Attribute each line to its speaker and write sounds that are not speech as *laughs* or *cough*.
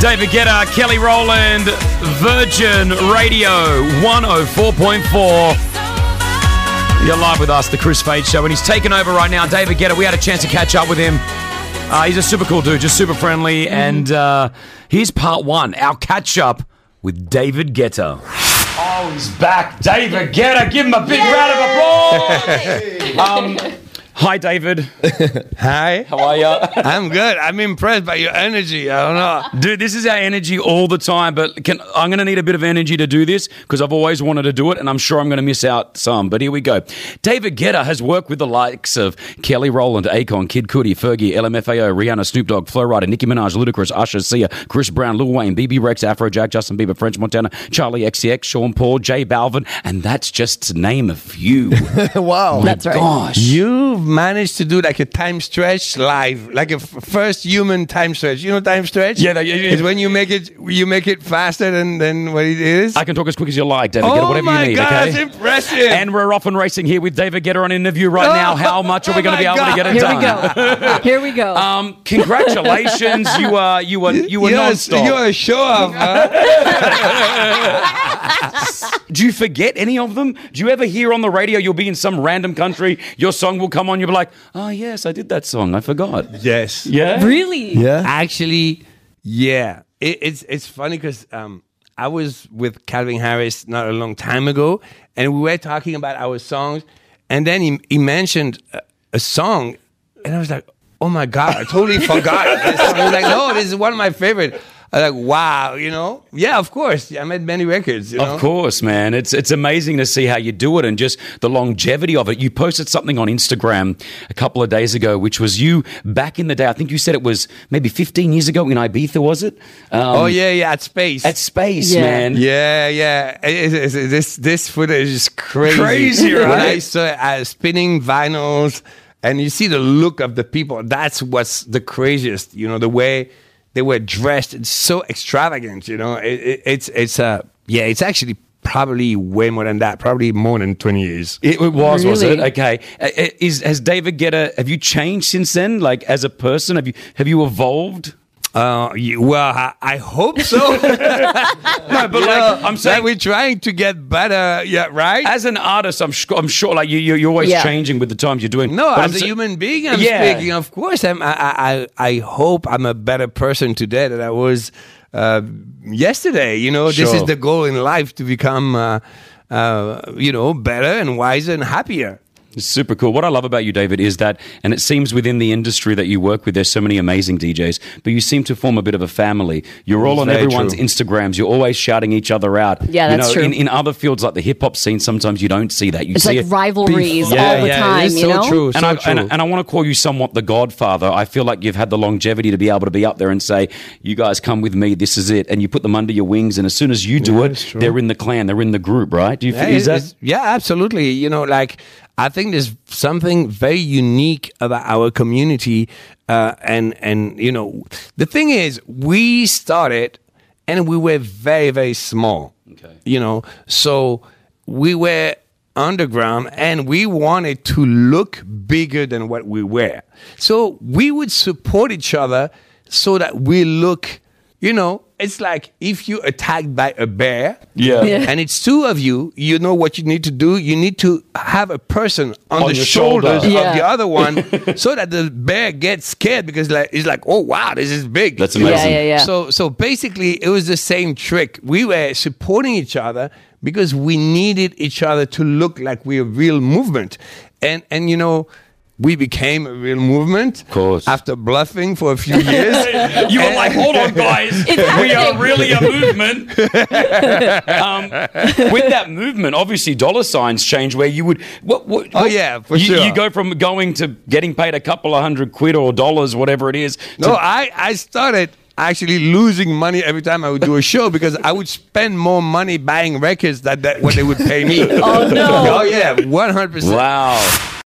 Speaker 1: David Guetta, Kelly Rowland, Virgin Radio 104.4. You're live with us, the Chris Fade Show, and he's taken over right now. David Guetta, we had a chance to catch up with him. Uh, he's a super cool dude, just super friendly. And uh, here's part one our catch up with David Guetta. Oh, he's back. David Guetta, give him a big round of applause. um, hi, David.
Speaker 2: Hi.
Speaker 1: How are you?
Speaker 2: I'm good. I'm impressed by your energy. I don't know.
Speaker 1: Dude, this is our energy all the time, but can, I'm going to need a bit of energy to do this because I've always wanted to do it, and I'm sure I'm going to miss out some. But here we go. David Guetta has worked with the likes of Kelly Rowland, Akon, Kid Cudi, Fergie, LMFAO, Rihanna, Snoop Dogg, Flo Rida, Nicki Minaj, Ludacris, Usher, Sia, Chris Brown, Lil Wayne, BB Rex, Afrojack, Justin Bieber, French Montana, Charlie XCX, Sean Paul, Jay Balvin, and that's just to name a
Speaker 2: *laughs*
Speaker 1: few. *laughs*
Speaker 2: Wow.
Speaker 1: That's right. Gosh.
Speaker 2: You managed to do like a time stretch live, like a f- first human time stretch. You know time stretch?
Speaker 1: Yeah, that- yeah, yeah.
Speaker 2: It's when you make it you make it faster than than what it is.
Speaker 1: I can talk as quick as you like, David Guetta,
Speaker 2: oh
Speaker 1: whatever
Speaker 2: my
Speaker 1: you need.
Speaker 2: god,
Speaker 1: okay?
Speaker 2: that's impressive.
Speaker 1: *laughs* And we're off and racing here with David Getter on interview right
Speaker 2: Oh, *laughs*
Speaker 1: now. How much are we
Speaker 2: oh
Speaker 1: going to be
Speaker 2: my
Speaker 1: able to
Speaker 2: God.
Speaker 1: get it
Speaker 2: Here
Speaker 1: done?
Speaker 3: Here we
Speaker 1: *laughs*
Speaker 3: go.
Speaker 1: Um, congratulations, you are you were you were
Speaker 2: you're, a-
Speaker 1: nonstop.
Speaker 2: you're a show off. Huh?
Speaker 1: *laughs* Do you forget any of them? Do you ever hear on the radio you'll be in some random country, your song will come on, you'll be like, oh yes, I did that song, I forgot.
Speaker 2: yes.
Speaker 1: Yeah,
Speaker 3: really?
Speaker 2: Actually, yeah. It, it's it's funny because um, I was with Calvin Harris not a long time ago, and we were talking about our songs, and then he, he mentioned a, a song, and I was like, oh my god, I
Speaker 1: *laughs*
Speaker 2: totally forgot. This song. I was like, no, this is one of my favorite. I was like, wow, you know, yeah, of course. I made many records, you know.
Speaker 1: Of course, man. It's it's amazing to see how you do it and just the longevity of it. You posted something on Instagram a couple of days ago, which was you back in the day. I think you said it was maybe 15 years ago in Ibiza, was it? Um,
Speaker 2: Oh yeah, yeah, at space.
Speaker 1: At space,
Speaker 3: Yeah.
Speaker 1: man.
Speaker 2: Yeah, yeah. It- it- it- this this footage is crazy.
Speaker 1: Crazy,
Speaker 2: When
Speaker 1: right?
Speaker 2: I saw uh, spinning vinyls, and you see the look of the people. That's what's the craziest. You know the way they were dressed. It's so extravagant. You know, it, it, it's it's uh, yeah. It's actually probably way more than that. Probably more than twenty years.
Speaker 1: It, it was, was it?
Speaker 3: Really?
Speaker 1: Okay. Uh, uh, Is has David Guetta? Have you changed since then? Like as a person, have you have you evolved?
Speaker 2: Uh, you, well, I, I hope so.
Speaker 1: No, but
Speaker 2: You
Speaker 1: like
Speaker 2: know,
Speaker 1: *laughs*
Speaker 2: *laughs*
Speaker 1: I'm saying,
Speaker 2: like we're trying to get better. Yeah, right.
Speaker 1: as an artist, I'm sure, I'm sure like you, you you're always
Speaker 3: Yeah.
Speaker 1: changing with the times you're doing.
Speaker 2: No,
Speaker 1: But I'm
Speaker 2: as a
Speaker 1: sa-
Speaker 2: human being, I'm
Speaker 1: Yeah.
Speaker 2: speaking. Of course, I'm, I, I, I I hope I'm a better person today than I was uh, yesterday. You know, this
Speaker 1: Sure.
Speaker 2: is the goal in life to become, uh, uh, you know, better and wiser and happier.
Speaker 1: It's super cool. What I love about you, David, is that, and it seems within the industry that you work with, there's so many amazing DJs, but you seem to form a bit of a family. You're all on
Speaker 2: Very
Speaker 1: everyone's
Speaker 2: true.
Speaker 1: Instagrams. You're always shouting each other out.
Speaker 3: Yeah,
Speaker 1: you
Speaker 3: that's
Speaker 1: know,
Speaker 3: true.
Speaker 1: In, in other fields like the hip hop scene, sometimes you don't see that. You
Speaker 3: It's
Speaker 1: see
Speaker 3: like
Speaker 1: it.
Speaker 3: rivalries all the time,
Speaker 2: it's
Speaker 3: you
Speaker 2: so
Speaker 3: know?
Speaker 2: true. So
Speaker 1: and I,
Speaker 2: true.
Speaker 1: And, and I want to call you somewhat the godfather. I feel like you've had the longevity to be able to be up there and say, you guys come with me, this is it. And you put them under your wings, and as soon as you do
Speaker 2: Yeah, it's
Speaker 1: it,
Speaker 2: true.
Speaker 1: they're in the clan, they're in the group, right? Do you
Speaker 2: Yeah,
Speaker 1: feel is
Speaker 2: it-
Speaker 1: that?
Speaker 2: it's- yeah, absolutely. You know, like I think there's something very unique about our community, uh, and and you know, the thing is, we started and we were very very small. Okay. You know, so we were underground and we wanted to look bigger than what we were. So we would support each other so that we look. You know, it's like if you attacked by a bear,
Speaker 1: Yeah. Yeah.
Speaker 2: and it's two of you, you know what you need to do. You need to have a person on,
Speaker 1: On
Speaker 2: the
Speaker 1: your shoulder.
Speaker 2: shoulders
Speaker 3: Yeah.
Speaker 2: of the other
Speaker 1: *laughs*
Speaker 2: one so that the bear gets scared because like it's like, oh wow, this is big.
Speaker 1: That's
Speaker 2: You know?
Speaker 1: amazing.
Speaker 3: Yeah, yeah, yeah.
Speaker 2: So so basically it was the same trick. We were supporting each other because we needed each other to look like we're a real movement. And and you know, we became a real movement. Of
Speaker 1: course.
Speaker 2: After bluffing for a few years.
Speaker 1: *laughs* you were like, oh, hold on, guys. we are
Speaker 3: happening.
Speaker 1: really a movement. *laughs* um, with that movement, obviously, dollar signs change where you would. What, what,
Speaker 2: Oh,
Speaker 1: what-
Speaker 2: yeah, for
Speaker 1: you,
Speaker 2: sure.
Speaker 1: You go from going to getting paid a couple of hundred quid or dollars, whatever it is. to-
Speaker 2: No, I, I started actually losing money every time I would do a show because I would spend more money buying records than that what they would pay me.
Speaker 3: *laughs* Oh, no.
Speaker 2: Oh yeah, one hundred percent.
Speaker 1: wow.